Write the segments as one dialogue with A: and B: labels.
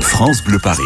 A: France Bleu Paris.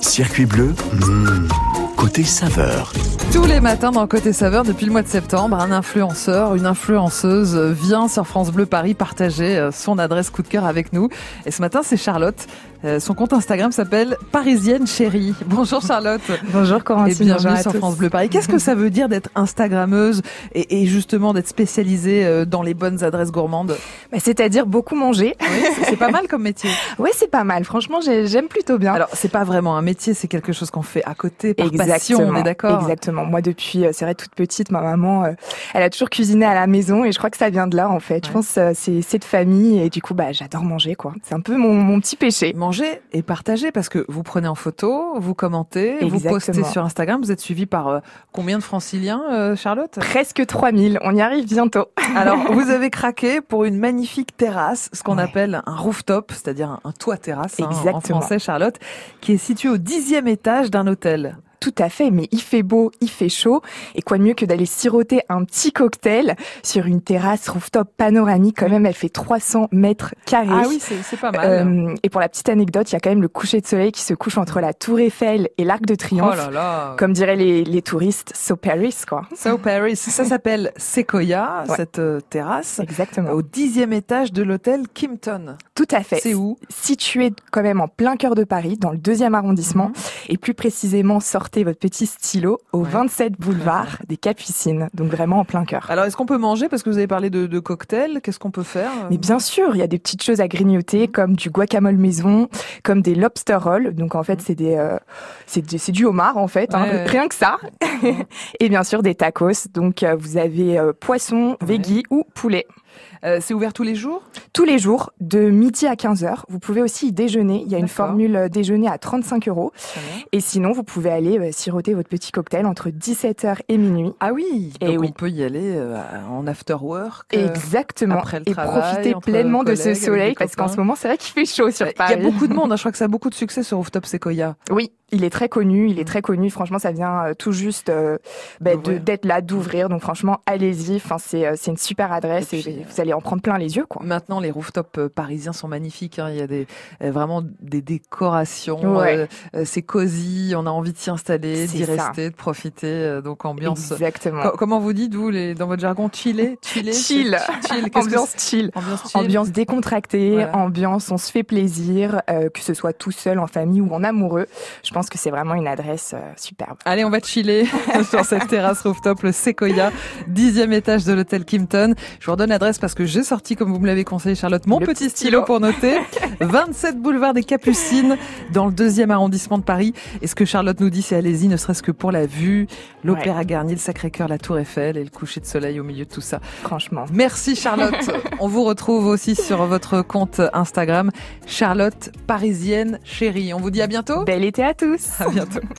A: Circuit bleu, mmh, côté saveur.
B: Tous les matins dans Côté Saveur, depuis le mois de septembre, un influenceur, une influenceuse vient sur France Bleu Paris partager euh, son adresse coup de cœur avec nous. Et ce matin, c'est Charlotte. Euh, Son compte Instagram s'appelle Parisienne Chérie. Bonjour Charlotte.
C: Bonjour Corentine.
B: Et bienvenue
C: Eh bonjour à
B: sur
C: tous.
B: France Bleu Paris. Qu'est-ce que ça veut dire d'être Instagrammeuse et, et justement d'être spécialisée euh, dans les bonnes adresses gourmandes
C: Bah, C'est-à-dire beaucoup manger.
B: Oui, c'est- C'est pas mal comme métier.
C: Ouais, c'est pas mal. Franchement, j'ai- j'aime plutôt bien.
B: Alors, c'est pas vraiment un métier, c'est quelque chose qu'on fait à côté, par passion, on est d'accord
C: Exactement. Moi, depuis, euh, c'est vrai, toute petite, ma maman, euh, elle a toujours cuisiné à la maison et je crois que ça vient de là, en fait. Je
B: Ouais.
C: pense euh, c'est c'est de famille et du coup, bah, j'adore manger, quoi. C'est un peu mon, mon petit péché.
B: Manger et partager parce que vous prenez en photo, vous commentez, vous
C: Exactement.
B: postez sur Instagram, vous êtes suivi par euh, combien de franciliens, euh, Charlotte
C: Presque 3000. On y arrive bientôt.
B: Alors, vous avez craqué pour une magnifique terrasse, ce qu'on
C: Ouais.
B: appelle un rooftop, c'est-à-dire un, un toit terrasse hein, en
C: Exactement.
B: français, Charlotte, qui est situé au dixième étage d'un hôtel.
C: Tout à fait, mais il fait beau, il fait chaud, et quoi de mieux que d'aller siroter un petit cocktail sur une terrasse rooftop panoramique, quand même, elle fait 300 mètres carrés.
B: c'est pas
C: Euh, et pour la petite anecdote, il y a quand même le coucher de soleil qui se couche entre la Tour Eiffel et l'Arc de
B: oh
C: Triomphe.
B: là là.
C: Comme diraient les, les touristes, so Paris, quoi.
B: So Paris, ça s'appelle Sequoia,
C: Ouais.
B: cette euh, terrasse,
C: Exactement.
B: au dixième étage de l'hôtel Kimpton.
C: Euh, Tout à fait.
B: C'est où
C: Situé quand même en plein cœur de Paris, dans le deuxième arrondissement, et plus précisément, sortez votre petit stylo au
B: Mhm. Ouais.
C: 27 boulevard des Capucines, donc vraiment en plein cœur.
B: Alors, est-ce qu'on peut manger Parce que vous avez parlé de, de cocktails. Qu'est-ce qu'on peut faire
C: Mais bien sûr, il y a des petites choses à grignoter,
B: Mm.
C: comme du guacamole maison, comme des lobster rolls. Donc en fait, c'est des, euh, c'est du, c'est du homard en fait, hein,
B: Mm. Ouais, ouais.
C: rien que ça. et bien sûr des tacos. Donc euh, vous avez euh, poisson,
B: Ouais.
C: veggie ou poulet.
B: Euh, C'est ouvert tous les jours
C: Tous les jours, de midi à 15h, vous pouvez aussi y déjeuner. Il y a une
B: D'accord.
C: formule euh, déjeuner à 35 euros. Et sinon, vous pouvez aller euh, siroter votre petit cocktail entre 17h et minuit.
B: Ah oui
C: Eh
B: Donc
C: oui.
B: on peut y aller euh, en after work. euh,
C: Exactement.
B: après le
C: et
B: travail,
C: profiter
B: entre
C: pleinement de
B: collègues,
C: ce
B: avec des
C: soleil, parce qu'en
B: copains.
C: ce moment, c'est vrai qu'il fait chaud sur Paris.
B: Il y a beaucoup de monde, hein. je crois que ça a beaucoup de succès sur Rooftop Sequoia.
C: Oui, il est très connu, il
B: Mm.
C: est très connu. Franchement, ça vient euh, tout juste euh, bah, de-
B: D'ouvrir.
C: d'être là, d'ouvrir. Donc franchement, allez-y. Enfin, c'est euh, c'est une super adresse
B: Et
C: et,
B: puis, euh,
C: vous allez en prendre plein les yeux, quoi.
B: Maintenant, les rooftops euh, parisiens sont magnifiques. hein. Il y a des, euh, vraiment des décorations.
C: Ouais.
B: euh, euh, c'est cosy, on a envie de s'y installer,
C: C'est
B: d'y
C: ça.
B: rester, de profiter. euh, donc, ambiance. Oh,
C: Exactement.
B: Co- comment vous dites, vous, les, dans votre jargon, chiller Chiller c'est-
C: Chill.
B: chill. Qu'est-ce que
C: Ambiance chill.
B: c'est Ambiance chill.
C: Ambiance décontractée,
B: Voilà.
C: ambiance on se fait plaisir, euh, que ce soit tout seul, en famille ou en amoureux. Je pense que c'est vraiment une adresse euh, superbe.
B: Allez, on va chiller sur cette terrasse rooftop, le Sequoia, dixième étage de l'hôtel Kimpton. Je vous redonne l'adresse parce que j'ai sorti, comme vous me l'avez conseillé, Charlotte, mon
C: Le
B: petit,
C: petit
B: stylo
C: stylo.
B: pour noter. 27 boulevard des Capucines, dans le deuxième arrondissement de Paris. Et ce que Charlotte nous dit, c'est allez-y, ne serait-ce que pour la vue, l'Opéra Garnier, le Sacré-Cœur, la Tour Eiffel et le coucher de soleil au milieu de tout ça.
C: Franchement.
B: Merci Charlotte. on vous retrouve aussi sur votre compte Instagram, Charlotte Parisienne Chérie. On vous dit à bientôt.
C: Bel été à tous.
B: À bientôt.